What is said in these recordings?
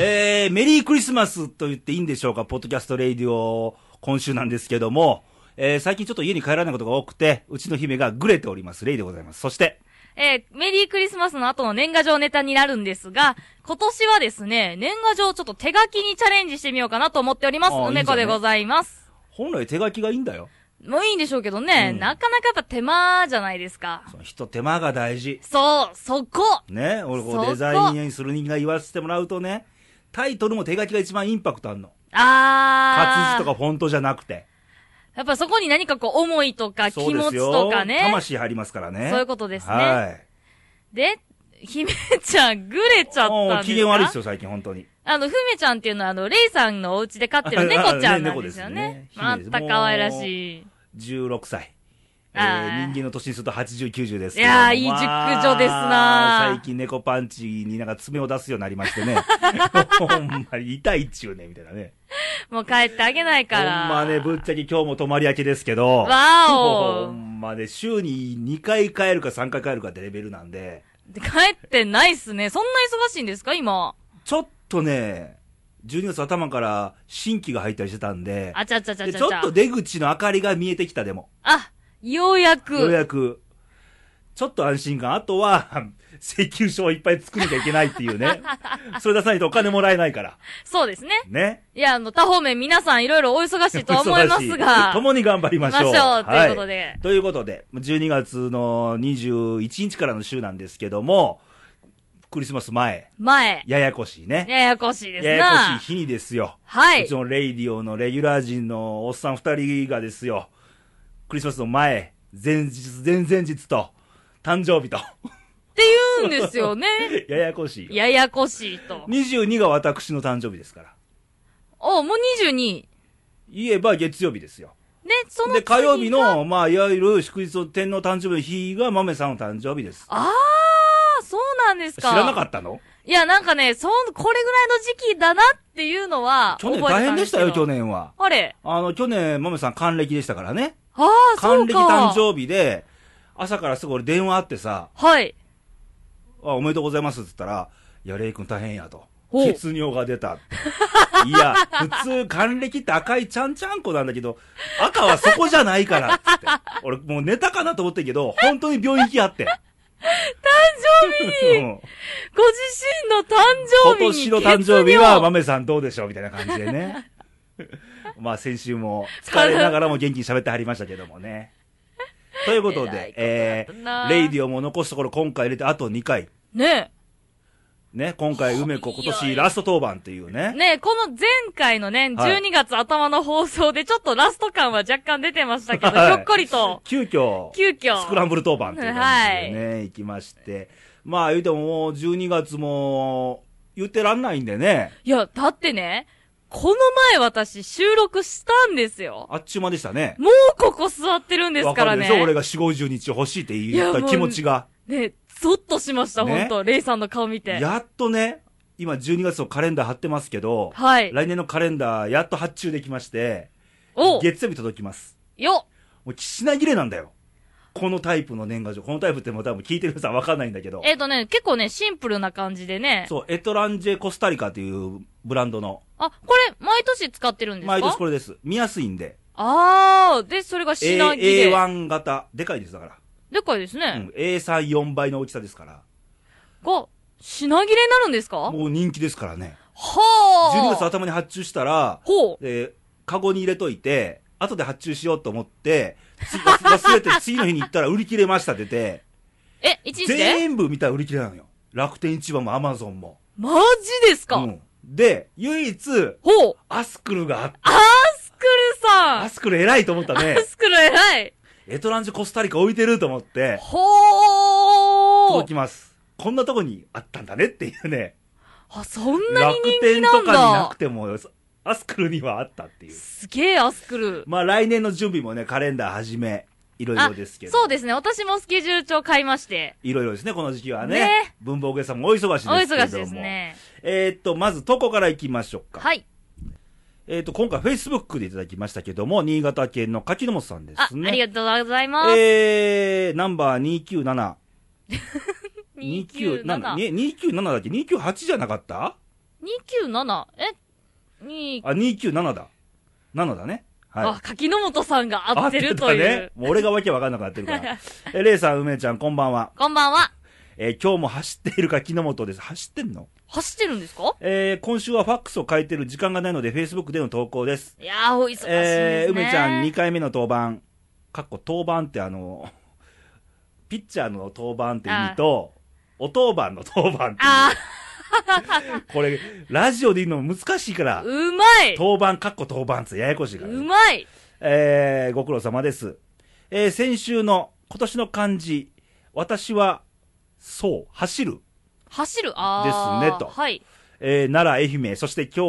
えー、メリークリスマスと言っていいんでしょうか、ポッドキャストレイディオ、今週なんですけども、えー、最近ちょっと家に帰らないことが多くて、うちの姫がぐれております、レイでございます。そして、えーメリークリスマスの後の年賀状ネタになるんですが、今年はですね、年賀状をちょっと手書きにチャレンジしてみようかなと思っております。あーお猫でございます。本来手書きがいいんだよ。もういいんでしょうけどね、うんなかなかやっぱ手間じゃないですか。その人手間が大事。そう、そこね、俺こそうこデザインにする人間が言わせてもらうとね、タイトルも手書きが一番インパクトあるの。活あー。字とかフォントじゃなくて。やっぱそこに何かこう思いとかそ気うで持すちよとかね。魂入りますからね。そういうことですねはい。で、姫ちゃん、ぐれちゃったんですもかう機嫌悪いですよ、最近、本当に。あの、ふめちゃんっていうのは、あの、レイさんのお家で飼ってる猫ちゃんなんですよね猫ですねね。まああったかわいらしい。 16歳。えあーー人間の年にすると80、90ですいやーいい熟女ですなーまあ最近猫パンチになんか爪を出すようになりまして ね。ほんまに痛いっちゅうね、みたいなね。もう帰ってあげないから。ほんまね、ぶっちゃけ今日も泊まり明けですけど。わーおほんまね、週に2回帰るか3回帰るかってレベルなんで、帰ってないっすね。そんな忙しいんですか今。ちょっとね、12月頭から新規が入ったりしてたんで、あちゃちゃちゃでちゃちょっと出口の明かりが見えてきたでも。あ、ようやく。ようやく、ちょっと安心感。あとは、 請求書をいっぱい作んなきゃいけないっていう ね。それ出さないとお金もらえないから。そうですね。ね。いや、あの、他方面皆さんいろいろお忙しいとは思います忙しいが。共に頑張りましょう。行きましょうということではということで、12月の21日からの週なんですけども、クリスマス前、前。ややこしいね。ややこしいですな。ややこしい日にですよ。はういち。のレイディオのレギュラー陣のおっさん二人がですよ、クリスマスの前、前日、前々日と、誕生日と、って言うんですよね。ややこしいよ。ややこしいと。 22が私の誕生日ですから。お、もう22。言えば月曜日ですよ。ね、そので、次が火曜日。の、まあ、いわゆる祝日の天皇誕生日の日が豆さんの誕生日です。あー、そうなんです知か。らなかったのいや、なんかね、そん、これぐらいの時期だなっていうのは、去年覚え大てた変んででしすたけどよ、去。年は。あれあの、去年、豆さん還暦でしたからね。ああ、そ還う暦か。誕生日で、朝からすぐ俺電話あってさ、はい。 あおめでとうございますって言ったら、いや、レイ君大変やと。ほう血尿が出たって。いや、普通、還暦って赤いちゃんちゃんこなんだけど、赤はそこじゃないからっつって。俺、もう寝たかなと思ってんけど、本当に病院行きあって。誕生日にご自身の誕今生日に年の誕生日は、血尿豆さんどうでしょうみたいな感じで ね。まあ、先週も疲れながらも元気に喋ってはりましたけどもね。ということ偉いで、ことやっえたなー、レイディオも残すところ今回入れてあと2回。ねね、今回、梅子今いや年ラスト当番っていうね。え。ねえ、この前回のね、はい12月頭の放送でちょっとラスト感は若干出てましたけど、はいひょっこりと、急遽、急遽。スクランブル当番っていう感じでね、行きまして。まあ言うてももう12月も言ってらんないんでね、いや、だってね、この前私収録したんですよ。あっちゅう間でしたね。もうここ座ってるんですからね。わるでしょ俺が4、50日欲しいって言った気持ちが。ね、ゾッとしました、ねほんと。レイさんの顔見て。やっとね、今12月のカレンダー貼ってますけど、はい。来年のカレンダーやっと発注できまして、お月曜日届きます。よもう品切れなんだよ。このタイプの年賀状。このタイプってもう多分聞いてる皆さんわかんないんだけど。えっ、とね、結構ね、シンプルな感じでね。そう、エトランジェコスタリカというブランドの、あ、これ、毎年使ってるんですか毎年これです。見やすいんで。あー、で、それが品切 A、れ。A1 型。でかいです、だかでっかいですら。うね。ん。A3、4倍の大きさですから。が、品切れになるんですかはもう人気ですからね。ー。 12月頭に発注したら、ほう。で、カゴに入れといて、後で発注しようと思って、つ 忘れて次の日に行ったら売り切れました出て、え、一日で全部見たら売り切れなのよ。楽天市場もアマゾンも。マジですか、うん。で、唯一、ほう。アスクルがあって、アスクルさんアスクル偉いと思ったねア。スクル偉いエトランジコスタリカ置いてると思って、ほ届ーきます。こんなとこにあったんだねっていうね。あ、そんなに楽人気天なとんかになだくても、アスクルにはあったっていう。すげえ、アスクル。まあ来年の準備もね、カレンダーはじめ、いろいあろですけど。そうですね。私もスケジュール帳買いまして。いろいろですね、この時期はね。ね文房具屋さんもお忙しいですけおれ忙ども。しいです。ね。えーっと、まず、とこから行きましょうか。はい。えーっと、今回、Facebook でいただきましたけども、新潟県の柿本さんであ、すね。ありががとうございます。えー、ナンバー297。 297。ね297だっけ ?298 じゃなかった 297? え二あ、297だ。7だね。はい。あ、柿の本さんが合ってると合いう。ね。もう俺がわけわかんなくなってる から。え、レイさん、梅ちゃん、こんばんは。こんばんは。えー今日も走っているか木の本です。走ってんの走ってるんですかえー今週はファックスを書いてる時間がないので、Facebook での投稿です。いやー、お忙しいですね。えー梅ちゃん2回目の登板。かっこ登板ってあの、 ピッチャーの登板って意味と、お当番の登板ってあいう。これ、ラジオで言うの難しいからー、、うまい登板、かっこ登板ってややこしいからね、うまいえーご苦労様です。えー先週の今年の漢字、私は、そう、走る。走るあー。ですねとはい。えー奈良、愛媛、そして今日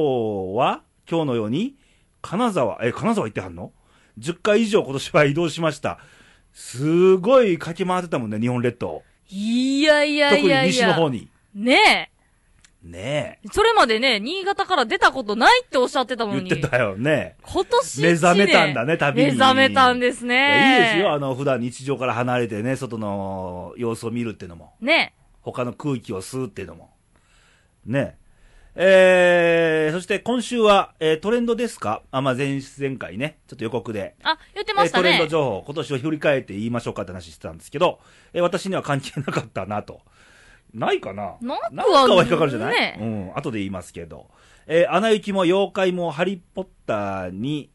は、今日のように、金沢、えー金沢行ってはんの ?10 回以上今年は移動しました。すごい駆け回ってたもんね、日本列島。いやいや特いにやい西のや。方に。ねねえ。え。それまでね、新潟から出たことないっておっしゃってたの言っに。てたよね。今年一目年覚めたんだね旅に目覚めたんですいね。やいいですよ、あの、普段日常から離れてね、外の様子を見るってのも。ね他の空気を吸うっていうのも。ねえ。えー、そして今週は、えートレンドですかあ、まあ、前、前回ね、ちょっと予告で。え。あ、言ってまえしーたトレンねド。情報、今年を振り返って言いましょうかって話してたんですけど、えー私には関係なかったなと。ないかななくはんかは引っかかるじゃない、ねうん、後で言いますけど。えー、穴行きも妖怪もハリーポッターに、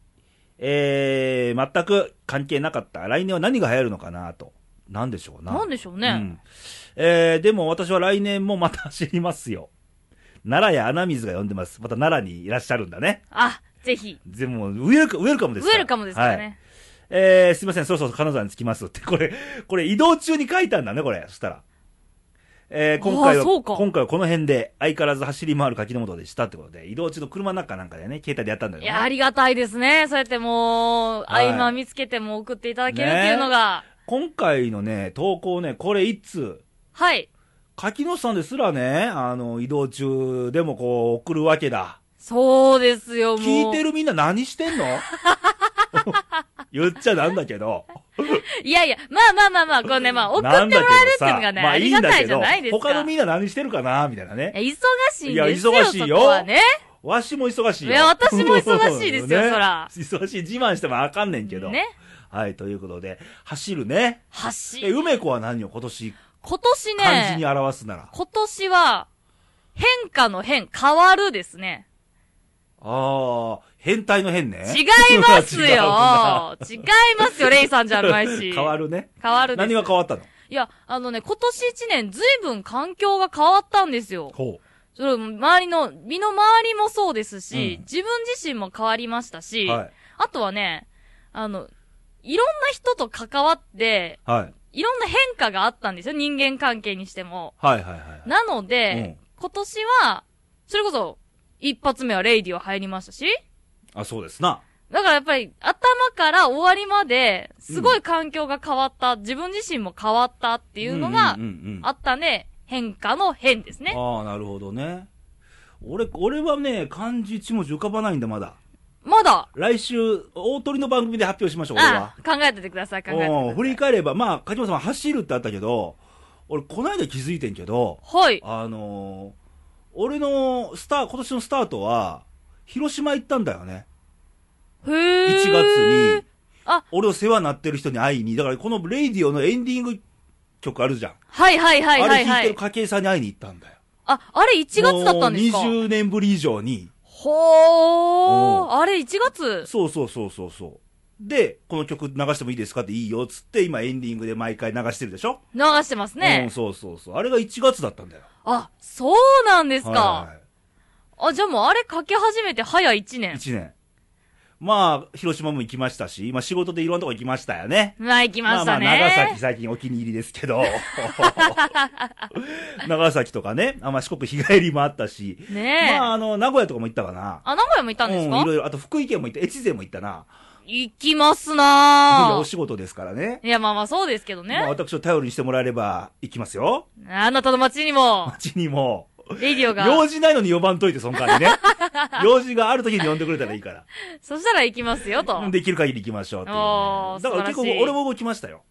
えー、全く関係なかった。来年は何が流行るのかなと。なんでしょうな。なんでしょううね。んえーでも私は来年もまた走りますよ。奈良や穴水が呼んでます。また奈良にいらっしゃるんだね。あ、ぜひ。でも、ウェルカウェルカムウですから。ェルカムですからはいね。えーすいません、そろそろ金沢に着きますって。 これ、これ移動中に書いたんだね、これ。そしたら。えー今回あーそうは、か今回はこの辺で、相変わらず走り回る柿の本でしたってことで、移動中の車の中なんかでね、携帯でやったんだいけど、や、ありがたいですね。そうやってもう、合はい間見つけても送っていただけるっていうのが。今回のね、投稿ね、これ一通、はい。柿野さんですらね、あの、移動中でもこう、送るわけだ。そうですよ、もう。聞いてるみんな何してんの 言っちゃなんだけど。いやいや、まあまあまあまあ、こうね、まあ、 送ってもらえるっていうのがね、あ、りがたいじゃないですか。他のみんな何してるかなみたいなね。いや忙しいんいやですよ、忙しいよそこはね。わしも忙しいよ。いや私も忙し いですよそら忙しい。自慢してもあかんねんけど。ね。はい、ということで、走るね。え、橋。梅子は何を今年、今年漢字にね、表すなら。今年は、変化の変、変わるですね。ああ、変態の変ね。違います 違うなよ。違いますよ、レイさんじゃあるまい し。変わるね。変わるです。何が変わったのいや、あのね、今年一年、ずいぶん環境が変わったんですよ。ほそれ、周りの、身の周りもそうですし、うん自分自身も変わりましたし、う。はい。あとはね、あの、いろんな人と関わって、はい。いろんな変化があったんですよ、人間関係にしても。はいはいはい。なのうでん、今年は、それこそ、一発目はレイディオ入りましたし、あ、そうですな。だからやっぱり、頭から終わりまで、すごい環境が変わった、自分自身も変わったっていうのがうんうんうんうんあったね、変化の変ですね。ああ、なるほどね。俺、俺はね、漢字一文字浮かばないんだ、まだ。まだ、来週、大鳥の番組で発表しましょう、俺はあ。考えててください、考えててくだうん、振りさ返れば、まあ、柿本さん走るってあったけど、俺、この間気づいてんけど、い。はい。あのー俺のスター、今年のスタートは、広島行ったんだよね。へー。 1月に。あ俺を世話になってる人に会いに、だからこのレイディオのエンディング曲あるじゃん。はいはいはいはあいはれ弾いてるい。家計さんに会いに行ったんだよ。あ、あれ1月だったんですかもう20年ぶり以上に。ほうー。あれ1月そうそうそうそうそう。で、この曲流してもいいですかっていいよっつって、今エンディングで毎回流してるでしょ流してますうん、ね。そうそうそう。あれが1月だったんだよ。あ、そうなんですはか。あ、じゃあもうあれ書き始めて早1い、年。 1年。まあ、広島も行きましたし、今仕事でいろんなとこ行きましたよね。まあ行きましたね。まあまあ、長崎最近お気に入りですけど。 長崎とかね、あまあ、四国日帰りもあったし、ねえ。まあ、あの、名古屋とかも行ったかな。あ、名古屋も行ったんですうん、かいろいろ。あと、福井県も行った、越前も行ったな。行きますいやなおぁ。仕事ですからね。いや、まあまあそうですけどまあ、ね。私を頼りにしてもらえれば、行きますよ。あなたの街にも、街にも。レディオが。用事ないのに呼ばんといて、その間にね。用事がある時に呼んでくれたらいいかそしたら行きますよとら。。できる限り行きましょうっていうね、おーだから結素晴ら構しい俺も動きましたよ。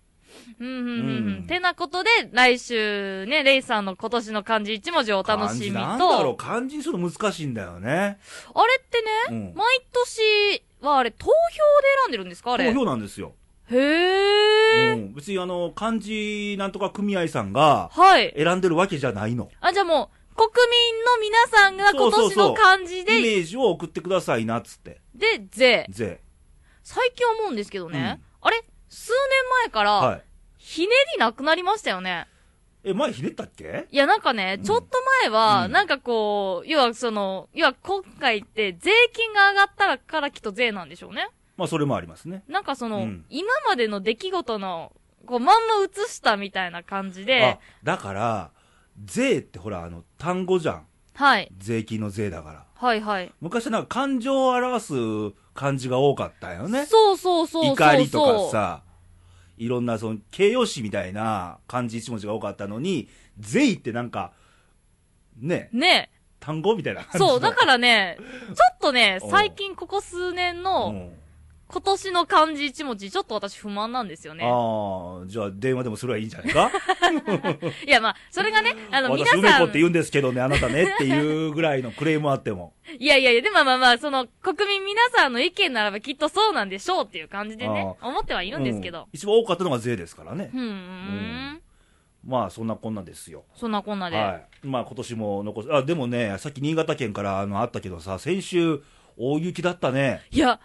うん、うん、うん。ううんんてなことで、来週ね、レイさんの今年の漢字一文字をお楽しみ漢字と、なんだろう、あ漢字にするの難しいんだよね。れってね、うん。毎年はあれ、投票で選んでるんですかあれ。投票なんですよ。へえ、ー。うん。別にあの、漢字なんとか組合さんがはい。選んでるわけじゃないの。あ、じゃあもう、国民の皆さんが今そう年そうそのう漢字イで、メージを送ってくださいな、つって。で、税。ぜ。最近思うんですけどね、あれ数年前から、はい。ひねりなくなりましたよね。え、前ひねったっけいや、なんかね、うんちょっと前は、うんなんかこう、要はその、要は今回って税金が上がったからきっと税なんでしょうね。まあ、それもありますね。なんかそうの、ん今までの出来事の、こう、まんま映したみたいな感じであ、、だから、税ってほら、あの、単語じゃん。はい、税金の税だから。はいはい。昔はなんか感情を表す漢字が多かったよね。そうそうそうそうそう。怒りとかさ、いろんなその形容詞みたいな漢字一文字が多かったのに、税ってなんか、ね、ね単語みたいな感じのそう、だからね、ちょっとね、うん最近ここ数年うの、ん今年の漢字一文字、ちょっと私不満なんですよね。ああ、じゃあ電話でもすればいいんじゃないかいや、まあ、それがね、あの、皆私、梅さ子んっ、て言うんですけどね、あなたねっていうぐらいのクレームあっても。いやいやいや、でもまあまあ、その、国民皆さんの意見ならばきっとそうなんでしょうっていう感じでね、思ってはいるんですけうんど。一番多かったのが税ですからねう。ん、うん、んん。まあ、そんなこんなんですよ。そんなこんなで。はい。まあ、今年も残す。あ、でもね、さっき新潟県からあのあったけどさ、先週、大雪だったね。いや、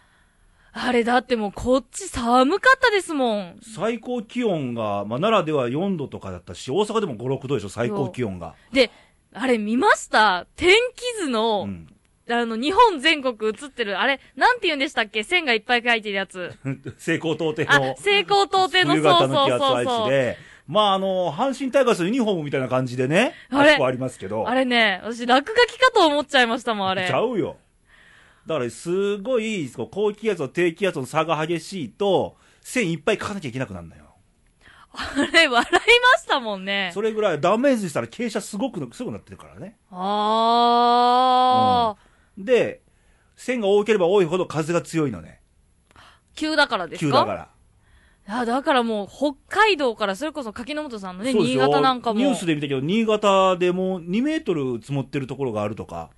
あれだってもうこっち寒かったですもん。最高気温が、まあ、奈良では4度とかだったし、大阪でも5、6度でしょ、最高気温が。で、あれ見ました天気図の、うん。 あの、日本全国映ってる、あれ、なんて言うんでしたっけ線がいっぱい書いてるや つ。西高東低あの、、西高東低の、冬そ型うのそ気う圧そう配置そう。で、まあ、あの、阪神タイガースのユニフォームみたいな感じでね、あれそこありますけど、あれね、私落書きかと思っちゃいましたもん、あれ。ちゃうよ。だから、すごい、こう高気圧と低気圧の差が激しいと、線いっぱい書かなきゃいけなくなるのよ。あれ、笑いましたもんね。それぐらいダメージしたら傾斜すごく、すごくなってるからね。あー、で、線が多ければ多いほど風が強いのね。急だからですか急だから。いや、だからもう、北海道から、それこそ柿の本さんのね、そうで新すよ潟なんかも。ニュースで見たけど、新潟でもう2メートル積もってるところがあるとか。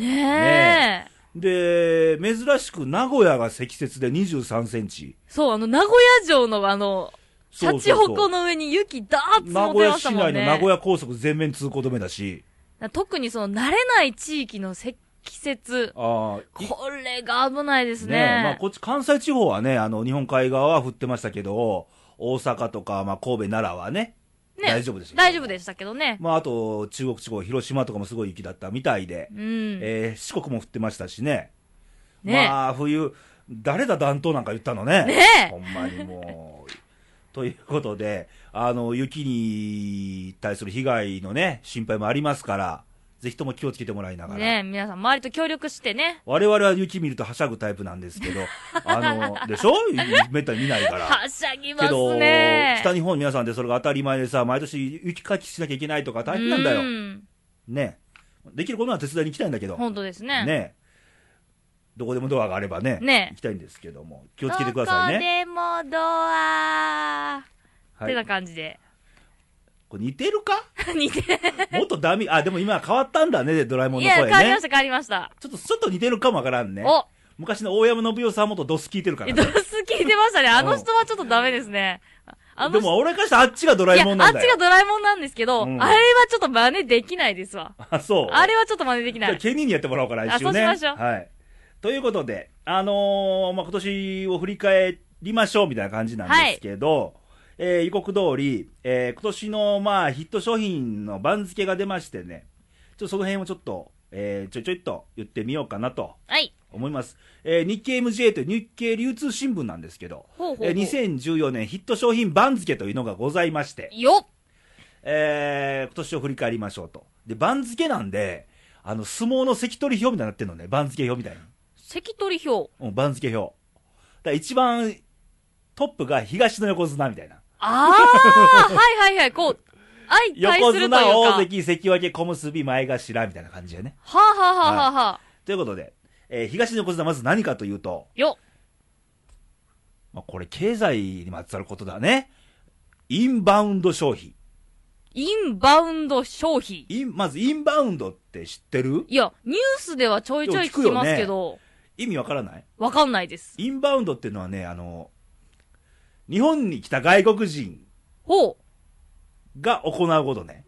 ねえ。で、珍しく名古屋が積雪で23センチ。そう、あの、名古屋城のあの、シャチホコの上に雪ダーッ積名もっ古て屋まし市たも内んのね。名古屋高速全面通行止めだし。特にその、慣れない地域の積雪。ああ、いこれが危ないですね。えまあこっち関西地方はね、あの、日本海側は降ってましたけど、大阪とか、まあ神戸、奈良はね、ね大丈夫ですよ大丈夫でしたけどね。まああと、中国地方、広島とかもすごい雪だったみたいで、うん。えー四国も降ってましたしね。ねまあ、冬、誰だ暖冬なんか言ったのね。ねえほんまにもう。ということで、あの、雪に対する被害のね、心配もありますから、ぜひとも気をつけてもらいながら。ね皆さん、周りと協力してね。我々は雪見るとはしゃぐタイプなんです けど、あの、でしょめったに見ないから。はしゃぎまけど、すね。北日本の皆さんでそれが当たり前でさ、毎年雪かきしなきゃいけないとか大変なんだよう。ん。ね。できることなら手伝いに行きたいんだけど。本当ですね。ねどこでもドアがあればね、ね行きたいんですけども、気をつけてくださいね。どこでもドアー。は、ってない感じで。 これ似てるか似てる。もっとダミー、あ、でも今変わったんだね、ドラえもんいのや、変声わりまねし。た、変わりました。ちょっと、ちょっと似てるかもわからんね。お昔の大山信代さんもっとドス聞いてるからえ、ねド。ス聞いてましたね。あの人はちょっとダメですね。あでの人、も俺からしたらあっちがドラえいや、もんなんあっちだがよ。ドラえもんなんですけど、うんあれはちょっと真似できないですわ。あ、そう。あれはちょっと真似できなじゃあい。ケニーにやってもらおうか、来週ね。あそうしましょうはい。ということで、あのーまあ、今年を振り返りましょうみたいな感じなんですけど、えー予告通り、えー今年の、まあ、ヒット商品の番付が出ましてね、ちょっとその辺をちょっと、えーちょいちょいっと言ってみようかなとはい。思います。えー日経 MJ という日経流通新聞なんですけど、ほうほうほうえー2014年ヒット商品番付というのがございまして、よっえー今年を振り返りましょうと。で、番付なんで、あの、相撲の関取表みたいになってんのね。番付表みたい関取表。に。うん、番付表。だから一番トップが東の横綱みたいな。ああはいはいはい、こう、相対横するという綱、か。大関、関脇、小結、前頭みたいな感じだよね。はあ、はあはあはあはあ、ということで、えー東の横綱まず何かというと、よっまあ、これ経済にまつわることだね。インバウンド消費。インバウンド消費。イン、まずインバウンドって知ってるいや、ニュースではちょいちょい聞きますけど、意味わからないわかんないです。インバウンドっていうのはね、あの、日本に来た外国人ほう。が行うことね。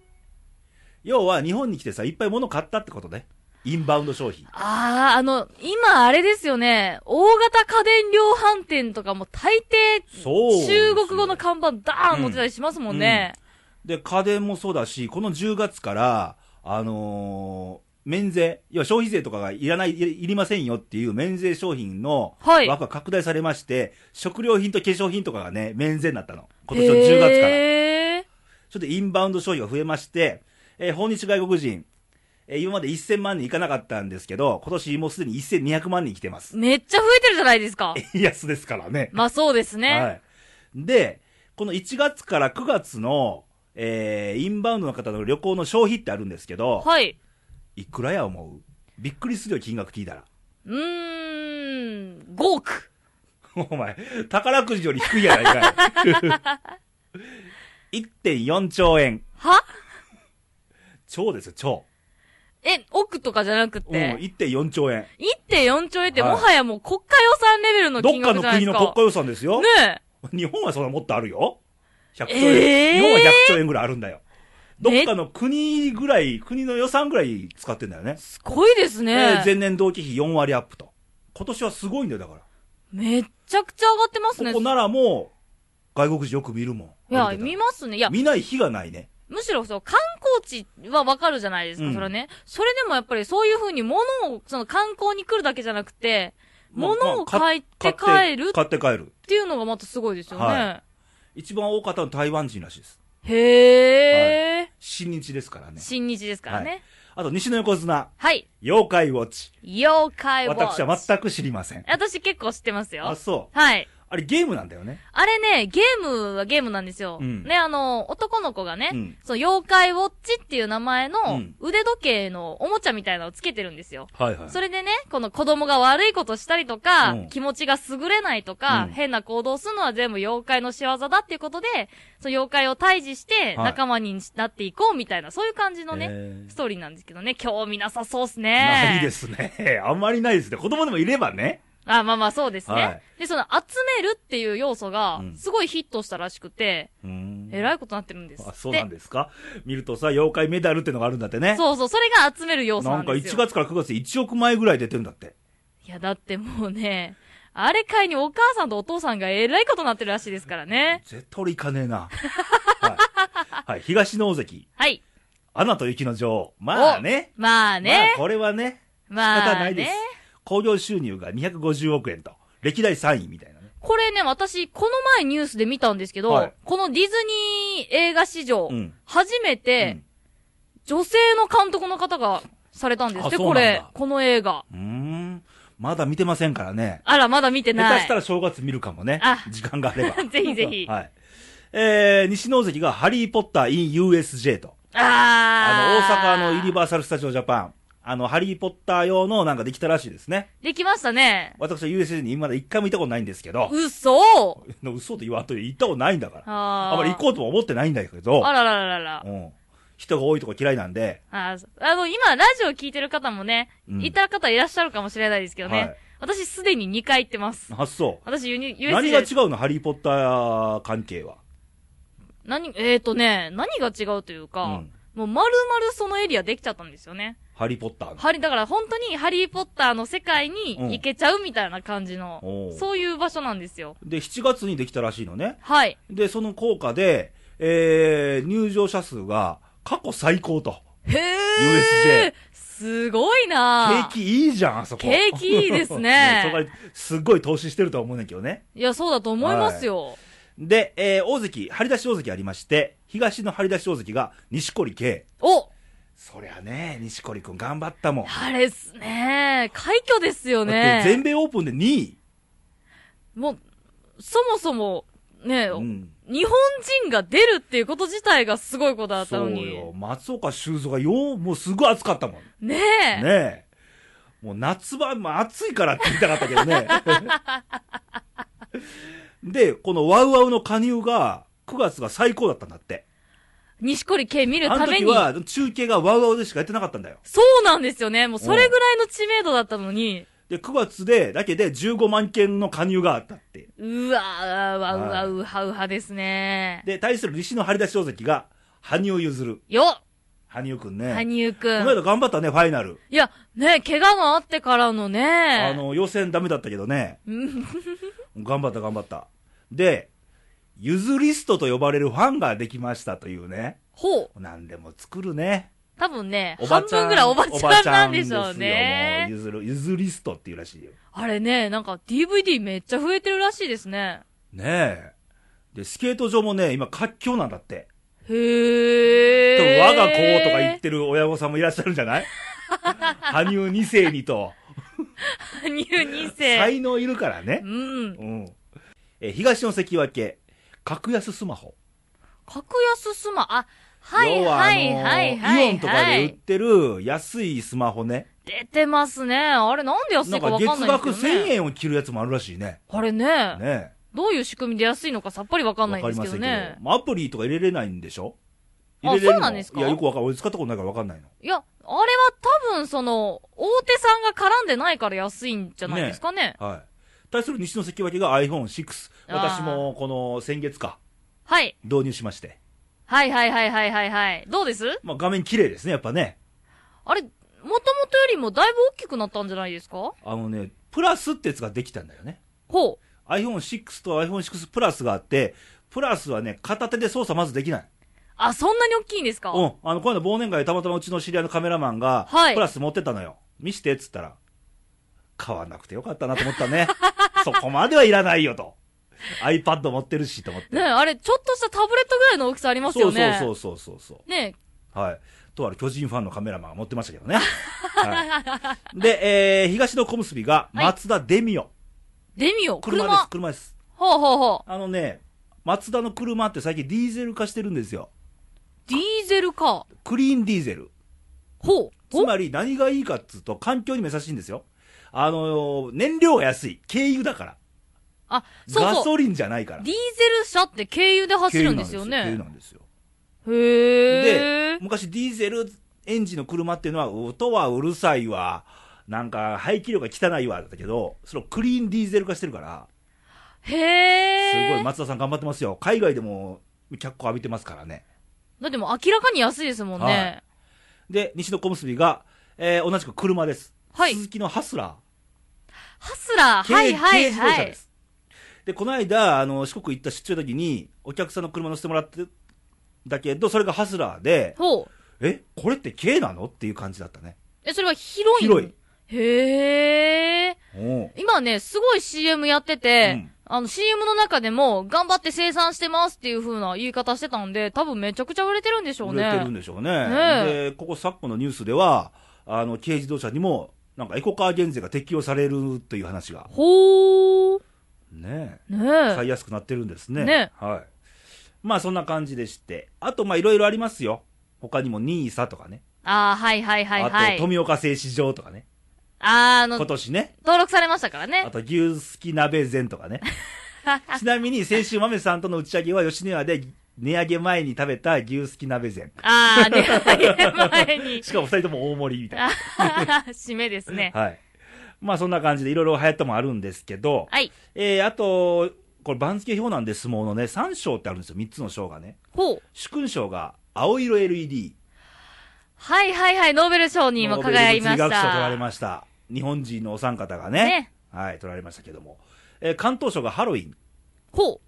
要は日本に来てさ、いっぱい物買ったってことね。インバウンド消費。あー、あの、今あれですよね、大型家電量販店とかも大抵、そう。中国語の看板ダーン持ってたりしますもんね。で、家電もそうだし、この10月から、あのー免税、要は消費税とかがいらない、いいりませんよっていう免税商品のはい枠が拡大されまして、食料品と化粧品とかがね、免税になったの。今へ年の10月から。えちょっとインバウンド消費が増えまして、えー訪日外国人、えー今まで1000万人いかなかったんですけど、今年もうすでに1200万人来てます。めっちゃ増えてるじゃないですか。円安ですからね。まあそうですね。はい。で、この1月から9月の、えーインバウンドの方の旅行の消費ってあるんですけど、はい。いくらや思うびっくりするよ、金額聞いたら。 うーん、5億。お前、宝くじより低いやないか い。1.4兆円。は超ですよ、超。え、億とかじゃなくうん、て、 1.4兆円。 1.4兆円ってはいもはやもう国家予算レベルのどっ金か額のじゃない国のですか。国家予算ですよ。ね 日本はそんなもっとあるよ。100兆円。えー日本は100兆円ぐらいあるんだよ。どめっかの国ぐらい、国の予算ぐらい使ってんだよね。え、すごいですえーね。前年同期比4割アップと。今年はすごいんだよ、だから。めっちゃくちゃ上がってますこね。こならもう、外国人よく見るもん。いや歩、てたら見ますね。いや、見ない日がないね。むしろそう、観光地はわかるじゃないですか、うんそれはね。それでもやっぱりそういう風に物を、その観光に来るだけじゃなくて、まあ物を買ってまあ買帰るっ買って帰る。ていうのがまたすごいですよね。は一番多かったのは台湾人らしいです。へー、新日ですからね。新日ですからね。あと、西の横綱、はい。妖怪ウォッチ。妖怪ウォッ私チ。は全く知りません。私結構知ってますあ、よ。そう。はい。あれゲームなんだよね。あれね、ゲームはゲームなんですよ。うんね、あの、男の子がね、うんその妖怪ウォッチっていう名前のうん腕時計のおもちゃみたいなのをつけてるんですよ。はいはいそれでね、この子供が悪いことしたりとか、うん気持ちが優れないとか、うん変な行動をするのは全部妖怪の仕業だっていうことで、その妖怪を退治してはい仲間になっていこうみたいな、そういう感じのね、えーストーリーなんですけどね、興味なさそうっすないでね。すね。あんまりないですね。子供でもいればね。あ、まあまあそうですね。はいで、その集めるっていう要素がう、んすごいヒットしたらしくて、うんえらいことになってるんです。あ、そうなんですか。見るとさ、妖怪メダルってのがあるんだってね。そうそう、それが集める要素ななんんかです1よ。月から9月で1億枚ぐらい出てるんだって。いや、だってもうね、あれ買いにお母さんとお父さんがえらいことになってるらしいですからね。絶対俺行かねえな。はい。はい、東の大関、はい。アナと雪の女王。まあね。まあまあね。これはね、仕ま方あ、ないですね。。興行収入が250億円と、歴代3位みたいなね。これね、私、この前ニュースで見たんですけど、はいこのディズニー映画史上、うん初めて、女性の監督の方がされたんですって、あそうこなんだれ。この映画。うん。うーん。まだ見てませんからね。あら、まだ見て下な手い。したら正月見るかもねあ。時間があれば。 ぜひぜ ひはい。えー、西の大関がハリーポッター in USJ と。ああの、大ー阪のユニバーサルスタジオジャパン。あの、ハリーポッター用のなんかできたらしいですね。できましたね。私は USJ に今まで一回も行ったことないんですけど、嘘の 嘘と言わんと行ったことないんだから。あーあまり行こうとも思ってないんだけどあ、ららららら。うん。人が多いとこ嫌いなんで、あーあの、今、ラジオ聞いてる方もね、うんいた方いらっしゃるかもしれないですけどね。はい私、すでに2回行ってます。あ、そ私、ユニ、う。何が違 USJ。うのハリーポッター関係は。何えっ、ー、とね、何が違うというか、うんもう丸々そのエリアできちゃったんですよね。ハリーポッターの。ハリ、だから本当にハリーポッターの世界に行けちゃうみたいな感じのお、うそういう場所なんですよ。で、7月にできたらしいのね。はい。で、その効果で、えー、入場者数が過去最高と。へー USJ すご景いなぁ。気いいじゃん、あそこ。景気いいで すねそこにすっごい投資してると思うねんだけどね。いや、そうだと思いますよ。で、えー大関、張り出し大関ありまして、東の張り出し大関が錦織圭。おそりゃね、錦織君頑張ったもん。あれっすね快挙ですよだって全ね。米オープンで2位。もう、そもそも、ね、うん。日本人が出るっていうこと自体がすごいことだったそのうに。よ。松岡修造がよう、もうすごい暑かったもん。ねねえ。え。もう夏場、まあ暑いからって言いたかったけ どね。で、このワウワウの加入が、 9月が最高だったんだって。錦織圭見るあのため時に。は中継がワウワウでしかやってなかったんだよ。そうなんですよね。もうそれぐらいの知名度だったのに。で、9月で、だけで15万件の加入があったって。うわー、わうはわいうはうはですね。で、対する西の張り出し大関が、羽生譲る。よっ羽生くんね。こ羽生くの間ん。頑張ったね、ファイナル。いや、ね、怪我があってからのね。あの、予選ダメだったけどね。うん頑張った、頑張った。で、譲リストと呼ばれるファンができましたというね。ほう。なんでも作るね。多分ね、おば半ちゃん。分ぐらいおばちおばゃんなんでしょうちゃんね。ですよもう譲る、譲リストっていうらしいよ。あれね、なんか DVD めっちゃ増えてるらしいですね。ねえ。で、スケート場もね、今、活況なんだって。へ多分ー。我が子とか言ってる親御さんもいらっしゃるんじゃ ない羽生二世にと、羽生二 世。才能いるからねう。ん。うん。え、東の関脇、格安スマホ。格安スマ、あ、はい要はあはのいはいはい。イオンとかで売ってる安いスマホね。出てますね。あれなんで安なんいかかわかん月ないん額ですけど、ね。 1000円を切るやつもあるらしいね。あれねねどういう仕組みで安いのかさっぱりわかんなわいんかでりませすけんどけど。ね。まあアプリとか入れれないんでしょあ入れれるのそうなんですかいや、よくわかんない。俺使ったことないからわかんないの。いや、あれは多分その、大手さんが絡んでないから安いんじゃないですかね。はい。対する西の関脇が iPhone6。あー私もこの先月か、はい。導入しまして。はいはいはいはいはいはい。どうですまあ画面綺麗ですね、やっぱね。あれ、もともとよりもだいぶ大きくなったんじゃないですかあのね、プラスってやつができたんだよね。ほう。 iPhone6 と iPhone6 プラスがあって、プラスはね、片手で操作まずできない。あ、そんなに大きいんですかうん。あの、この間忘年会でたまたまうちの知り合いのカメラマンが、はいプラス持ってったのよ。見してっつったら、買わなくてよかったなと思ったね。 そこまではいらないよと。iPad 持ってるしと思って。ねえあれ、ちょっとしたタブレットぐらいの大きさありますよね。そううそうそうそうそう。ねはい。とある巨人ファンのカメラマンが持ってましたけど ね。はい、で、えー、東の小結が、はい松田デミオ。え、デミオ、車。車です、車です。ほうほうほう。あのね、松田の車って最近ディーゼル化してるんですよ。ディーゼルか。クリーンディーゼル。ほう。つまり何がいいかっつうと、環境にも優しいんですよ。あのー燃料が安い。軽油だから。あ、そうガそう。ソリンじゃないから。ディーゼル車って軽油で走るんですよ軽ね油。なんですよ。軽油なんですよへーで、。昔ディーゼルエンジンの車っていうのは、音はうるさいわ。なんか、排気量が汚いわ。だったけど、それをクリーンディーゼル化してるから、へすー。ごい松田さん頑張ってますよ。海外でも脚光浴びてますからね。だってもう明らかに安いですもんね。で、西野小結が、えー同じく車です。はい鈴木のハスラー。ハスラー、はいはい軽軽自動は車いで。す。で、この間、あの、四国行った出張の時に、お客さんの車乗せてもらって、だけど、それがハスラーで、ほう。え、これって軽なのっていう感じだったね。え、それは広い広い。へー。おう今ね、すごい CM やってて、うんあの CM の中でも、頑張って生産してますっていう風な言い方してたんで、多分めちゃくちゃ売れてるんでしょう売れてるんね。でしょうね。ねで、ここ昨今のニュースでは、あの、軽自動車にも、なんかエコカー減税が適用されるという話が。ほー。ねねえ。え。買いやすくなってるんですね。ねはい。まあ、そんな感じでして。あと、まあ、いろいろありますよ。他にも NISA とかね。あー、はいはいはいはあと、い。富岡製糸場とかね。あー、あの今、年ね。登録されましたからあね。と、牛すき鍋膳とか ね。ちなみに、先週、豆さんとの打ち上げは、吉野家で値上げ前に食べた牛すき鍋膳。あー、ね、前に。 しかも二人とも大盛りみたいあー締めですね。な。はい。まあ、そんな感じで、いろいろ流行ったもんあるんですけど、はい。えー、あと、これ、番付表なんで、相撲のね、三章ってあるんですよ、三つの章がね。ほう。主勲章が、青色 LED。はいはいはい、ノーベル賞に今輝いましノーベル物理学賞取られた。ました。日本人のお三方がね、ね。はい、取られましたけども。えー、関東賞がハロウィン。ほう。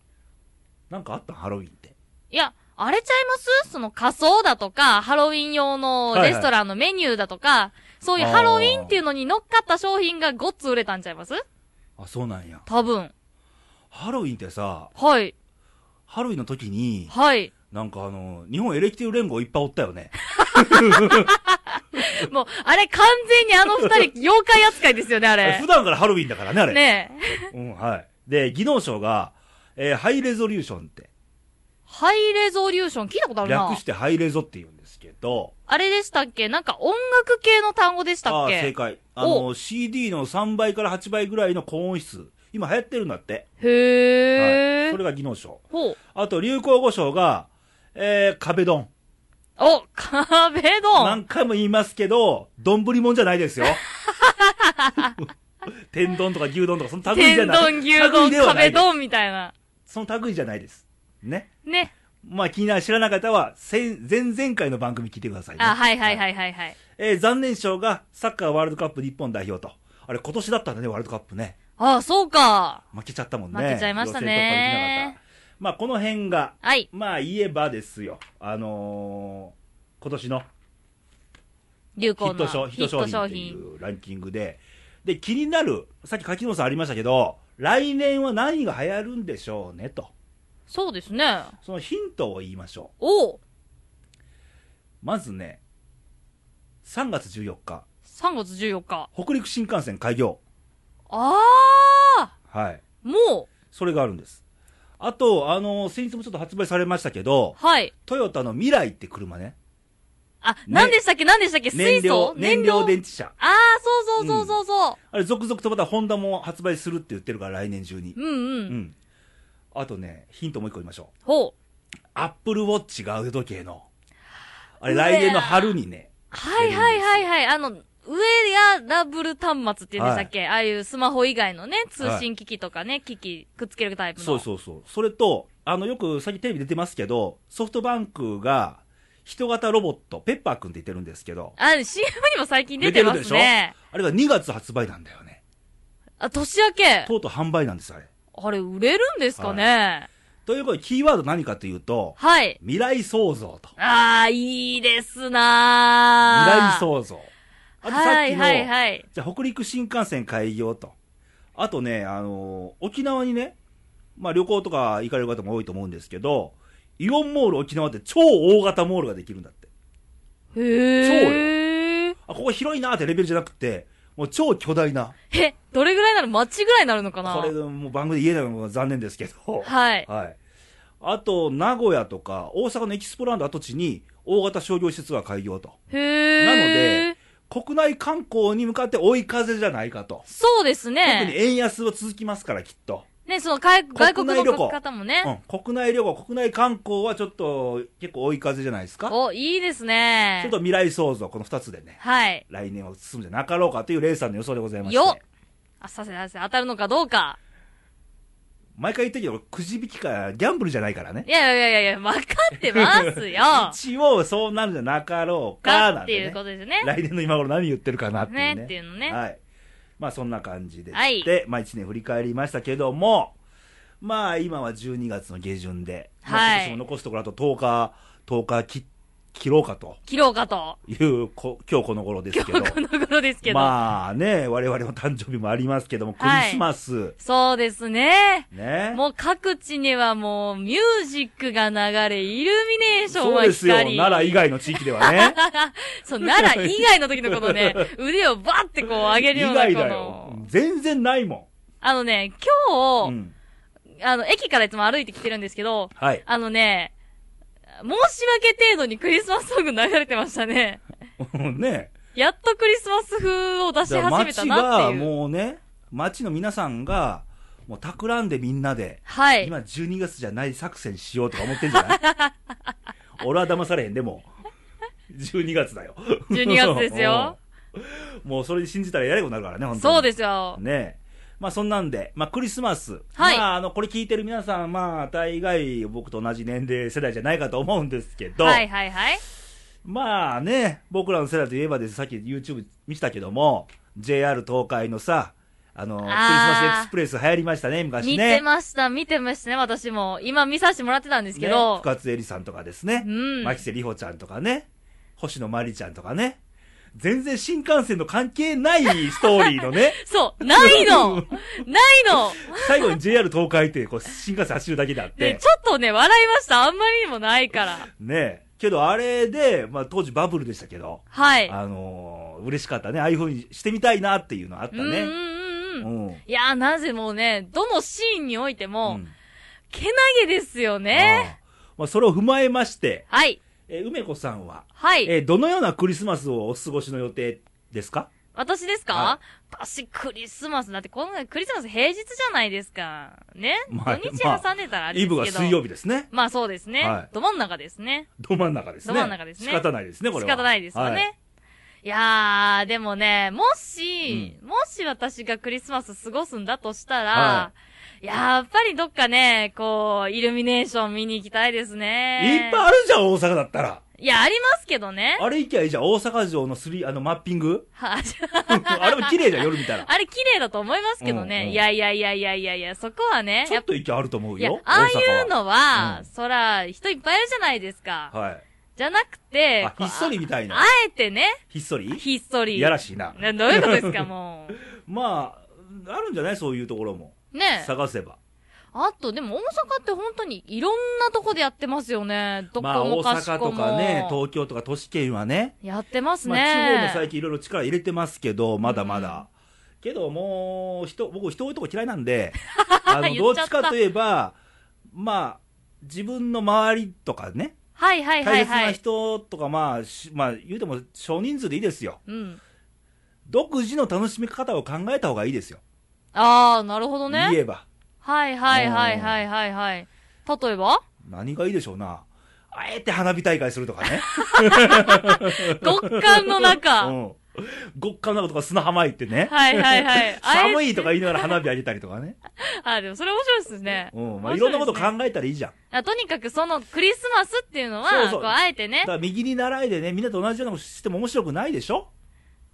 なんかあったハロウィンって。いや、あれちゃいますその仮装だとか、ハロウィン用のはいはいレストランのメニューだとか、そういうハロウィンっていうのに乗っかった商品がごっつ売れたんちゃいますあ、そうなんや。多分。ハロウィンってさ、はい。ハロウィンの時に、はい。なんかあの、日本エレキテル連合いっぱいおったよね。もう、あれ完全にあの二人、妖怪扱い ですよね、あれ普。段からハロウィンだからね、あれ。ねえ。うん、はい。で、技能賞が、えーハイレゾリューションって、ハイレゾリューション聞いたことあるな略し。てハイレゾって言うんですけど、あれでしたっけなんか音楽系の単語でしたっあー正け解。あの、CD の3倍から8倍ぐらいの高音質、今流行ってるんだって。へはい、ーそれが技能賞。ほう。あと、流行語賞が、えー、壁丼。お、壁ドン何回も言いますけど、丼もんじゃないです よ。天丼とか牛丼とか、その類いじゃ天ない。丼、牛丼、類ではない壁ですドンみたいな。その類いじゃないです。ね。ね。まあ、気になる知らなかったは、先前々回の番組聞いてください、ね。あ、はいはいはいはいはい。えー残念賞が、サッカーワールドカップ日本代表と。あれ、今年だったんだね、ワールドカップね。あ、そうか。負けちゃったもんね。負けちゃいましたね予選突破できなかったまあ、この辺が、はい。まあ、言えばですよ。あのー今年のヒ流ッ行トの商ヒット商品っていうランキングで、で、気になる、さっき柿野さんありましたけど、来年は何が流行るんでしょうねと。そうですね。そのヒントを言いましょおう。まずね、3月14日、 3月14日。北陸新幹線開業。ああはい。もう、それがあるんです。あと、あの、先日もちょっと発売されましたけど、はい。トヨタの未来って車ね。あ、何でしたっけ何でしたっけ水燃料素、燃料電池車。ああ、そうそうそうそうそあれ、続々とまたホンダも発売するって言ってるから、来年中にう。。うんううん。ん。あとね、ヒントもう一個言いましょう。ほう。アップルウォッチが腕時計の。あれ、うわー来年の春にね。はいはいはいはい。あの、上がダブル端末って言うんでしたっけ、ああいうスマホ以外のね、通信機器とかね、機器くっつけるタイプの。そうそうそう。それと、あの、よくさっきテレビ出てますけど、ソフトバンクが、人型ロボット、ペッパーくんって言ってるんですけど、あ、CM にも最近出てま出すてるねで。あれが2月発売なんだよね。あ、年明け。とうとう販売なんです、あれ。あれ、売れるんですかねということで、キーワード何かというと、はい。未来創造と。ああ、いいですな未来う。創造。あとさっきの、はいはいはい。じゃあ北陸新幹線開業と。あとね、あのー沖縄にね、まあ旅行とか行かれる方も多いと思うんですけど、イオンモール沖縄って超大型モールができるんだって。へえ。あ、ここ広いなーってレベルじゃなくて、もう超巨大な。え、どれぐらいなの街ぐらいになるのかなこれ、もう番組で言えないのが残念ですけど。はい。はい。あと、名古屋とか、大阪のエキスポランド跡地に、大型商業施設が開業と。へえ。なので、国内観光に向かって追い風じゃないかと。そうです特にね。円安は続きますから、きっと。ね、その外外国国内旅の行方もね。うん、国内旅行、国内観光はちょっと結構追い風じゃないですか。ちょお、いいですっねと。未来創造、この2つでね、はい。来年は進むんじゃなかろうかというレイさんの予想でございましよて。あ、させさせ当たるのかどうか。毎回言ってるけど、くじ引きか、ギャンブルじゃないからね。いやいやいやいや、分かっ てますよ。一応、そうなるんじゃなかろうか、かなっんていうて、ね。ことですね。来年の今頃何言ってるかなっていうね。ねっていうのねはい。まあそんな感じでして、はいまあ1年振り返りましたけども、まあ今は12月の下旬で、まはあい今年も残すところあと10日、10日切切ろうかと切ろうかと。いうこ今日この頃です今けど。 日この頃ですけど。まあね、我々の誕生日もありますけども、クはいリスマス、そうですね。 ね。もう各地にはもうミュージックが流れ、イルミネーションそうはですよ、光。奈良以。外の地域ではね。 そう、奈良以外の時のこの ね、腕をバッてこう上げ以るようなこ外だよの。。全然ないもあのね、ん。今う日、ん。あの、駅からいつも歩いてきてるんですけど、はい。あのね、申し訳程度にクリスマスソング流れてました ね。 ね。やっとクリスマス風を出しだから始めた街ながっていう。もうね、街の皆さんが、もう企んでみんなで、はい今。12月じゃない作戦しようとか思ってんじゃない 俺は騙されへん、でも。12月だよ。 12月ですよ うん。もうそれ信じたらやれこになるからね、本当に。そうですよ。ねえ。まあそんなんで、まあクリスマス。はいまああの、これ聞いてる皆さん、まあ大概僕と同じ年齢世代じゃないかと思うんですけど、はいはいはい。まあね、僕らの世代といえばです、さっき YouTube 見てたけども、JR 東海のさ、あの、クリスマスエクスプレス流行りましたね、昔ね。見てました、見てましたね、私も。今見させてもらってたんですけど。ね深津絵里さんとかですね。うん牧瀬里穂ちゃんとかね。星野まりちゃんとかね。全然新幹線の関係ないストーリーの ね。そう、な いのないの最後に JR 東海ってこう新幹線走るだけであって。ね、ちょっとね、笑いました。あんまりにもないから。ねえ。けどあれで、まあ当時バブルでしたけど、はい。あのー嬉しかったね。ああいう風にしてみたいなっていうのあったうんうんね。うんううん。ん。いやー、なぜもうね、どのシーンにおいても、うんけなげですよあね。あまあそれを踏まえまして、はい。え梅子さんは、はい。えどのようなクリスマスをお過ごしの予定ですか私ですか、は私、クリスマス。だって、この前クリスマス平日じゃないですか。ね、まあ土日挟んでたらあれイですけど。ブが水曜日ですね。まあそうですね。はいど真ん中ですね。ど真ん中ですね。ど真ん中ですね仕方ないですね、こ仕れは。方ないですよね。、はいやー、でもね、もし、もし私がクリスマス過ごすんだとしたら、はやっぱりどっかね、こう、イルミネーション見に行きたいですい。ね。いっぱいあるじゃん、大阪だったら。いや、ありますけどね。あれ行きゃいいじゃん、大阪城のスリー、あの、マッピン グはいあれも綺麗じゃん、夜見たら。 あれ綺麗だと思いますけどね。うんうんいやいやいやいやいやいや、そこはね、ちやょっっと行きゃあると思ぱういやよ、、ああい大阪はうのは、うんそら、人いっぱいいるじゃないですか。はい。じゃなくて、あ、ひっそりみたいあな。えてね、ひっそりひっそり。いやらしいな。などういうことですか、もう。まあ、あるんじゃないそういうところも。 ねえ。探せば。あと、でも大阪って本当にいろんなとこでやってますよね。どこまあ、も大かし阪ことも。かね、東京とか都市圏はね。やってますまあ、ね。地方も最近いろいろ力入れてますけど、まだまだ。けどもう、人、僕人多いとこ嫌いなん で、あの、言どっっちゃったちかといえば、まあ、自分の周りとかね、はいはいは大い切なはい。人とか、まあ、しまあ、言うても少人数でいいですよ。うん。独自の楽しみ方を考えた方がいいですよ。ああ、なるほどね。言えば。はいはいはいはいはいはい。例えば何がいいでしょうな。あえて花火大会するとか ね。極寒の中。 うはん。極寒の中とか砂浜行ってね。いはい はい。寒い。いとか言いながら花火あげたりとか ね。あ、でもそれ面白いですね。うん。まあ、いろんなこと考えたらいいじゃん。あとにかくそのクリスマスっていうのは、そうそうこうあえてねだか。ら右に習いでね、みんなと同じようなことしても面白くないでしょ、うんうん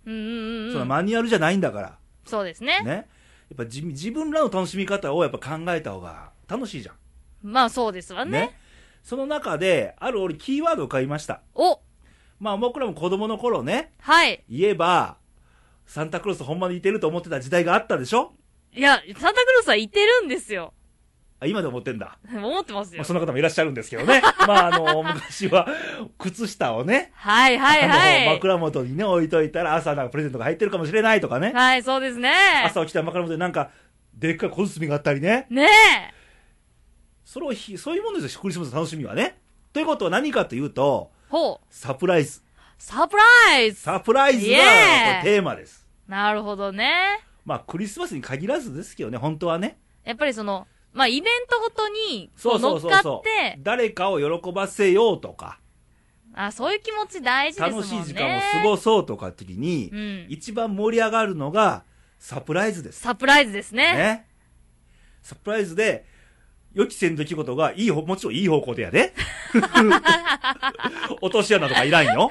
そうんうのん。マニュアルじゃないんだかそうですら。ね。ね。やっぱ自自分らの楽しみ方をやっぱ考えた方が楽しいじゃまあそうですわん。ね。その中で、ある俺キーワードを買いました。お、まあ僕らも子供の頃ね、はい。言えば、サンタクロースほんまにいてると思ってた時代があったでしょいや、サンタクロースはいてるんですよ。 あ今で思ってんだ。思ってますまよあ、。そんな方もいらっしゃるんですけど ね。まあ、あの、昔は、靴下をね、はいはいはあの、い。枕元にね、置いといたら朝なんかプレゼントが入ってるかもしれないとかね。はい、そうですね。朝起きたら枕元になんか、でっかい小包があったりね。ねえ。それをひ、そういうものですよ、クリスマスの楽しみはね。ということは何かというと、ほう。サプライズ。サプライズサプライズがイエーイこれテーマです。なるほどね。まあ、クリスマスに限らずですけどね、本当はね。やっぱりその、まあ、イベントごとに、こそううそ乗うっそうかそっう。て、誰かを喜ばせようとか、あ、そういう気持ち大事ですもん楽ね。しい時間を過ごそうとかって時に、うん。一番盛り上がるのが、サプライズです。サプライズですね。ね。 サプライズで、予期せぬ出来事が、いい方、もちろんいい方向でや で。落とし穴とかいらんよ。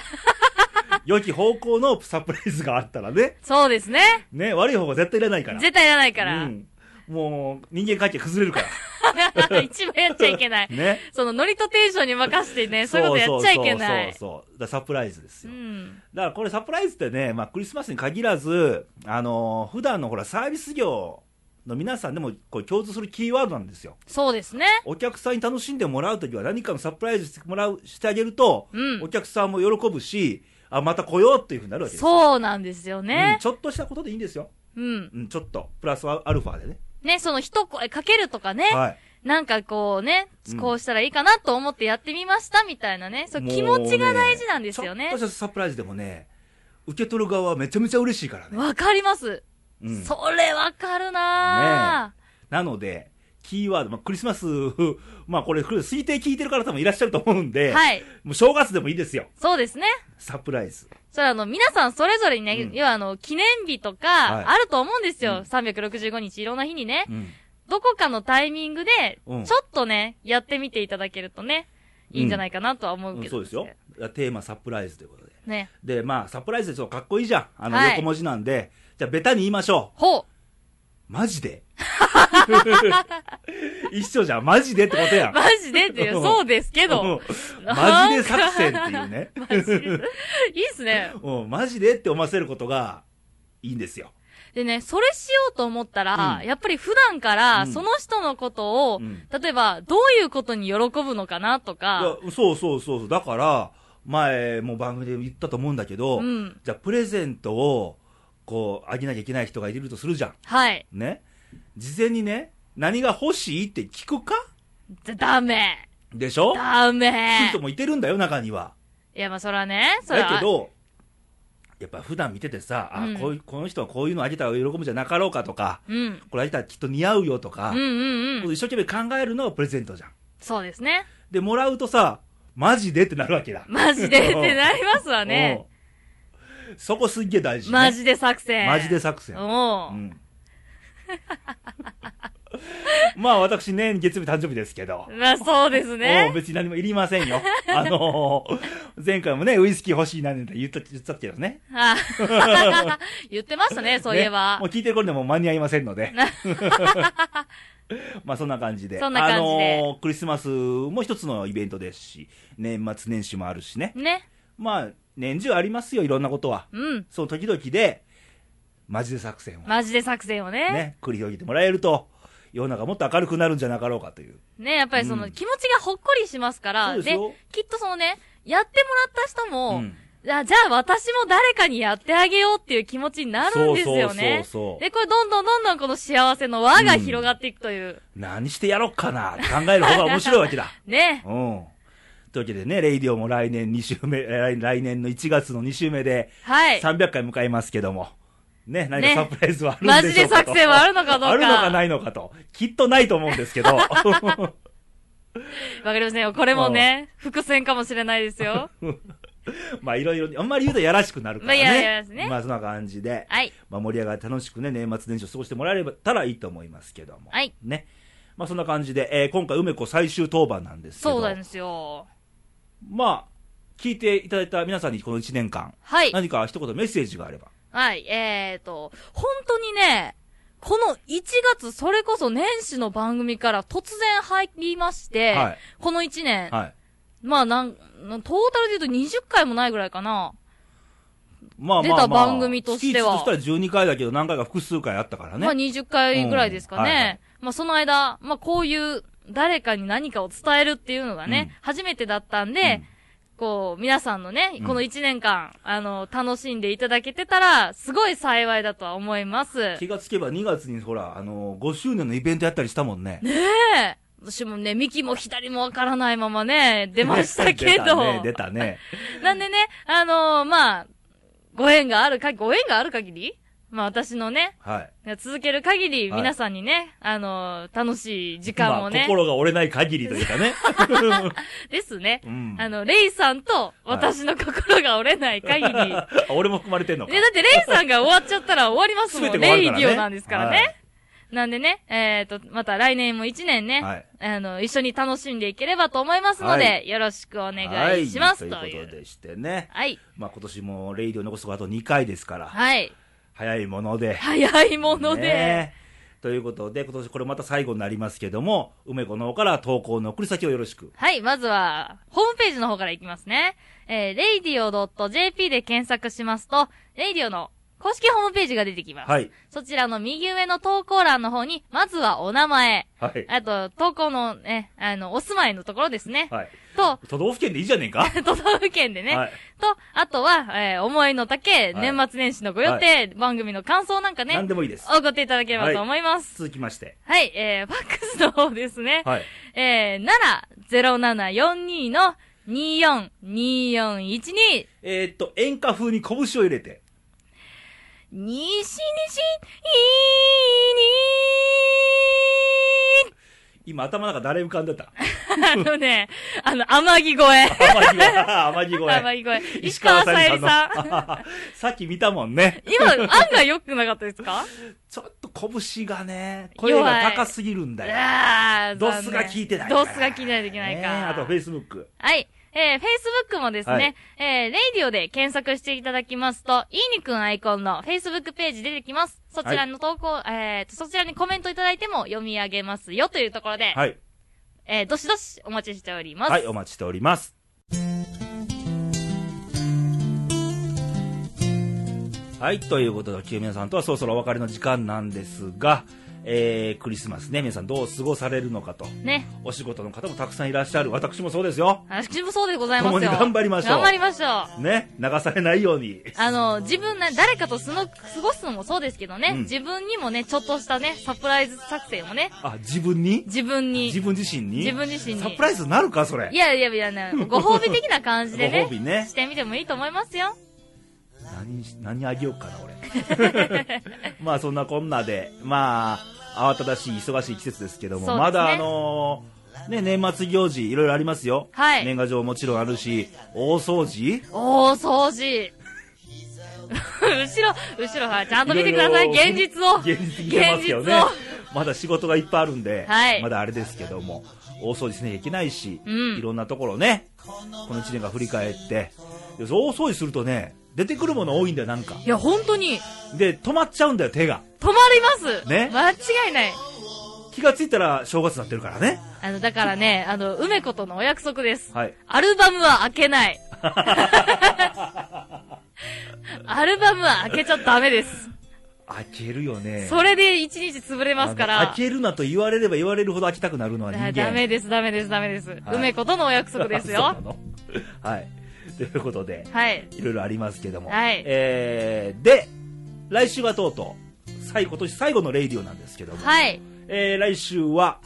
良き方向のサプライズがあったらね。そうですね。ね、悪い方向絶対いらないから。絶対いらないからう。ん。もう、人間関係崩れるか 一番やっちゃいけないら。。ね。その、ノリとテンションに任せてね、 そういうことやっちゃいけない。そうそうそうそう。だからサプライズですうよ。ん。だからこれサプライズってね、まあクリスマスに限らず、あのー普段のほらサービス業の皆さんでもこう共通するキーワードなんですよ。そうですね。お客さんに楽しんでもらうときは何かのサプライズしてもらう、してあげると、うんお客さんも喜ぶし、あ、また来ようっていうふうになるわけですよ。そうなんですようんね。ちょっとしたことでいいんですよ。うん。うん、ちょっと。プラスアルファでね。ね、その一声かけるとかね。はい。なんかこうねうん、こうしたらいいかなと思ってやってみましたみたいなね。そう、気持ちが大事なんですよもねう。ちょっとしたサプライズでもね、受け取る側はめちゃめちゃ嬉しいからね。わかります。うんそれわかるなぁ。なので、キーワード、まあ、クリスマス、 まあこれ、推定聞いてる方多分いらっしゃると思うんで、はい。もう正月でもいいですよ。そうですね。サプライズ。それあの、皆さんそれぞれにね、うん要はあの、記念日とはいか、あると思うんですよ。うん365日いろんな日にね。うん。どこかのタイミングで、ちうょんっとね、やってみていただけるとね、いいんじゃないかなとは思ううんけど。そうですよ。テーマサプライズということで。ね。で、まあ、サプライズでちょっとかっこいいじゃん。あの、はい横文字なんで。じゃあ、ベタに言いましょほう。う。マジで 一緒じゃん。マジでってことやん。マジでっていう、そうですけど。うんマジで作戦っていうね。マジでいいっすね。うん、マジでって思わせることがいいんですよ。でね、それしようと思ったら、うんやっぱり普段かうら、んその人のことを、うん例えば、どういうことに喜ぶのかなといやか、そうそうそうそう。だから、前も番組で言ったと思うんだけど、うんじゃあ、プレゼントを、こう、あげなきゃいけない人がいるとするじゃはい。ん。ね。事前にね、何が欲しいって聞くかじゃダメ。でしょダ聞くメ人。もいてるんだよ、中には。いや、まあ、それはね、それだはけ、ど、やっぱ普段見ててさ、あうんこういうこの人はこういうのあげたら喜ぶんじゃなかろうかとか、うん。これあげたらきっと似合うよとかうん、うんうん。一生懸命考えるのがプレゼントじゃん。そうですね。で、もらうとさ、マジでってなるわけだ。マジ でってなりますわね。うんそこすっげえ大事、ね。マジで作戦。マジで作作戦。おううん まあ私ね、月曜日誕生日ですけど。まあそうですもうね。別に何もいりませんよ。あのー前回もね、ウイスキー欲しいなんて言った、言ったけどね。あ言ってましたね、そうい えねばもう。聞いてる頃でも間に合いませんの で。まあそんな感じで。そんな感じであのークリスマスも一つのイベントですし、年末年始もあるしね。ね。まあ、年中ありますよ、いろんなことは。うん。その時々で、マジで作戦をマジで作戦をね。ね、繰り広げてもらえると、世の中もっと明るくなるんじゃなかろうかという。ね、やっぱりそのうん気持ちがほっこりしますから、そうですよきっとそのね、やってもらった人うもん、あじゃあ私も誰かにやってあげようっていう気持ちになるんですよね。そうそうそうそうで、これどんどんどんどんこの幸せの輪が広がっていくという。何してやろうかなって考える方が面白いわけだ。ね。うん。というわけでね、レイディオも来年2週目、えー来来年の1月の2週目で、はい。 300回迎えますけども。ね、何かねサプライズはあるんでしょうかと、マジで作戦はあるのかどうかあるのかないのかと。きっとないと思うんですけ ど。わかりませんよ。これもね、伏線かもしれないで すよ。まあいろいろ、あんまり言うとやらしくなるからね。まあややらしいねまあそんな感じで。はい。まあ、盛り上がり楽しくね、年末年始を過ごしてもらえればたらいいと思いますけども。はいね。まあ、そんな感じで、えー今回、梅子最終当番なんですけど。そうなんですよ。まあ、聞いていただいた皆さんにこの1年間、はい。何か一言メッセージがあれば。はい。えーと、本当にね、この1月、それこそ年始の番組から突然入りまして、はいこの1年、はい。まあなん、トータルで言うと20回もないぐらいかな。まあまあ、まあ、出た番組としては月一としたら12回だけど、何回か複数回あったからね。まあ20回ぐらいですかね。うんはいはいまあその間、まあこういう誰かに何かを伝えるっていうのがね、うん初めてだったんで、こう、皆さんのねう、んこの1年間、あの、楽しんでいただけてたら、すごい幸いだとは思います。うんね気がつけば2月にほら、あのー、5周年のイベントやったりしたもんね。え。私もね、右も左もわからないままね、 出ましたけ出たど。ね、出たね。 なんでね、あのまあ、ご縁があるか、ご縁がある限りまあ私のね、はい。続ける限り、はい皆さんにね、あの楽しい時間をまあね、心が折れない限りというか ね。ですね。うんあの、レイさんと私の心が折れない限り。 ね、だ 俺も含まれてんのか。ってレイさんが終わっちゃったら終わりますも ん。全てがレ終イわデるからねィオなんですからね。はいなんでね、えっ、と、また来年も一年ね、はいあの、一緒に楽しんでいければと思いますので、はよろしくお願いします、はとい、といいうう。ことでしてね。はい。まあ今年もレイディオ残すとこあと2回ですから、はい。早いもので。早いもので。ねということで、今年これまた最後になりますけども、梅子の方から投稿の送り先をよろしく。はい、まずは、ホームページの方からいきますね。えー、radio.jp で検索しますと、radio の公式ホームページが出てきます。はい。そちらの右上の投稿欄の方に、まずはお名前、はい。あと、投稿の、ね、あの、お住まいのところですね。はい。と、 都道府県でいいじゃねえか都道府県でね。はいと、あとは、えー思いの丈、はい年末年始のご予定、番組の感想なんかね何、でもいいです。送っていただければと思います。続きまして。はい、えー、ファックスの方ですね。はい。えー、なら、0742の242412、えーっと、演歌風に拳を入れて。西西、今頭の中誰浮かんでたいに、あのね、あの、天城越天城 越え。天城え。越天城越え。え。石川さゆりさん。石川さゆりさんの。 さっき見たもんね。今、案外良くなかったですかちょっと拳がね、声が高すぎるんだよ。あードスが効いてないかドら。スが効いてないといけないねえか。あと、フェイスブック。はい。えー、Facebook もですね、えー、レイディオで検索していただきますと、いいにくんアイコンの Facebook ページ出てきます。そちらの投稿、えーと、そちらにコメントいただいても読み上げますよというところで、はい。えー、どしどしお待ちしております。はい、お待ちしております。はい、ということで、清宮さんとはそろそろお別れの時間なんですが、えー、クリスマスね、皆さんどう過ごされるのかと。ね。お仕事の方もたくさんいらっしゃる。私もそうですよ。私もそうでございますよ。共に頑張りましょう頑張りましょう。ね、流されないように。あの、自分ね、誰かとすの、過ごすのもそうですけどね、うん自分にもね、ちょっとしたね、サプライズ作戦をね、あ、自分に自分に。自分自身に自分自身にサプライズになるかそれ い。やいやいや、ね、ご褒美的な感じでね、ご褒美ねしてみてもいいと思いますよ。何し、何あげようかな、俺。 まあそんなこんなで、まあ、慌ただしい、忙しい季節ですけども、そうですねまだあのーね、年末行事、いろいろありますよ。はい年賀状もちろんあるし、大掃除おー、掃除。 後ろ、後ろ、はい、ちゃんと見てください、ろろ現実を。 現実見てますよね現実を。まだ仕事がいっぱいあるんで、はいまだあれですけども、大掃除しなきゃいけないし、うんいろんなところね、この1年が振り返って、で大掃除するとね、出てくるもの多いんだよ、なんか。いや、本当に、で、止まっちゃうんだよ、手が。止まります。ね間違いない。気がついたら正月になってるからね。あの、だからね、あの、梅子とのお約束です。はい。アルバムは開 けない。アルバムは開けちゃダメです。開けるよね。それで一日潰れますかあら。の開けるなと言われれば言われるほど開きたくなるのは人だ間。ダメです、ダメです、ダメです。い梅子とのお約束です そうよな。のはい。ということで、はい。いろいろありますけども。はいえー、で、来週はとうとう、最後、今年最後のレイディオなんですけども。はい。えー、来週は、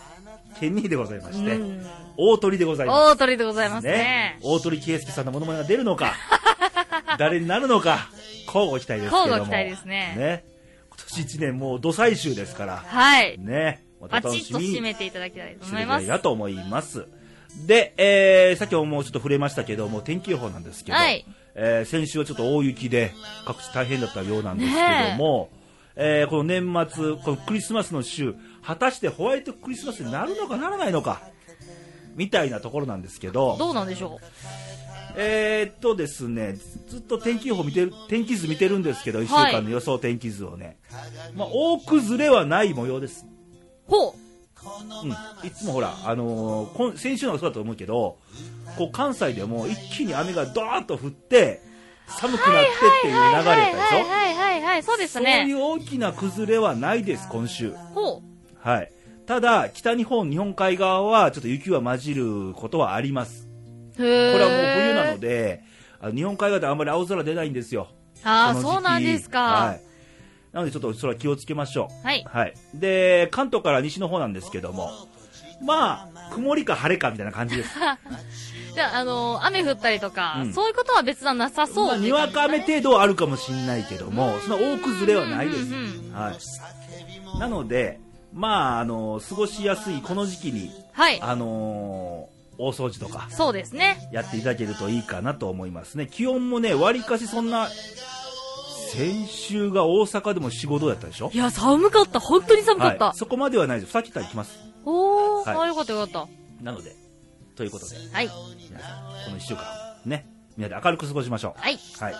ケニーでございまして、うん大鳥でございます。大鳥でございますね。大鳥圭介さんのモノマネが出るの か、誰になるのか、交互期待ですけども。交互期待ですねね。今年一年もう土最終ですから、はい。ね。またバチ楽ッしとみに締めていただきたいとす思べいきだまいす。なと思います。で、えー、さっきももうちょっと触れましたけども、天気予報なんですけど、はいえー先週はちょっと大雪で、各地大変だったようなんですけども、えーこの年末、このクリスマスの週、果たしてホワイトクリスマスになるのかならないのか、みたいなところなんですけど、どうなんでしょえー、っとですね、ずっと天気予報見てる、天気図見てるんですけど、1週間の予想天気図をね、まあ、大崩れはない模様です。うほうん、いつもほら、あのー今先週のがそうだと思うけどこう関西でも一気に雨がドーッと降って寒くうなってっていう流れだったでしはいょはいはいはいはい。そうでしたそういね。う大きな崩れはないです、今週。ほはい。ただ、北日本、日本海側はちょっと雪は混じることはあります。う。へこれはもう冬なので。で、あの日本海側であんまり青空出ないんですよ。ああ、この時期そうなんですはかい。。なのでちょっとそれは気をつけましょう。はい。はい、で関東から西の方なんですけども、まあ、曇りか晴れかみたいな感じです、じゃあ、あのー雨降ったりとか、うんそういうことは別はなさ そうまあ、にわか雨程度はあるかもしれないけども、その大崩れはないですうんうん、はい、なので、まああの、過ごしやすいこの時期に、はい。あのー大掃除とかそうですね。やっていただけるといいかなと思いますね、気温もね、わりかしそんな、先週が大阪でも4、5度だったでしょい、や、寒かった。本当に寒かった。はい、そこまではないです、2桁いきます。おー、はいあよかったよかっなので、ということで。た。はい。皆さんこの1週間ねみんなで明るく過ごしましょうはい。はい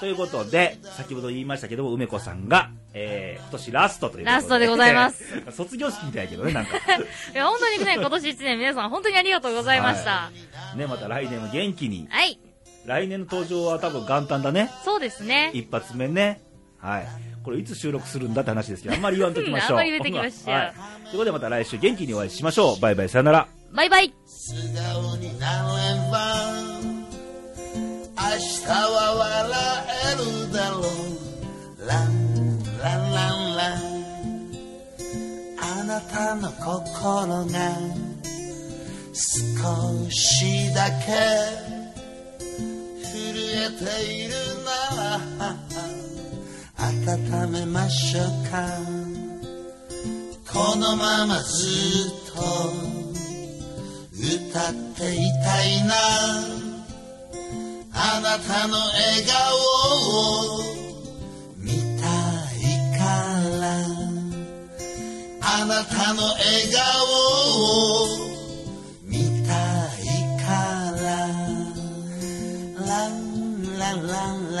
ということで先ほど言いましたけども梅子さんが、えー今年ラストということでラストでございます 卒業式みたいやけどねなんか いや、本当にね、今年一年皆さん本当にありがとうございました。ねまた来年も元気にはい。来年の登場は多分元旦だねそうですね。一発目ねはいこれいつ収録するんだって話ですけどあんまり言わんときましょう あんまり言うときましょ うはい、ということでまた来週元気にお会いしましょうバイバイさよならバイバイ。素顔になれば明日は笑えるだろうランランランランあなたの心が少しだけ震えているなら温めましょうかこのままずっと歌っていたいなあなたの笑顔を見たいからあなたの笑顔を見たいからランランランラ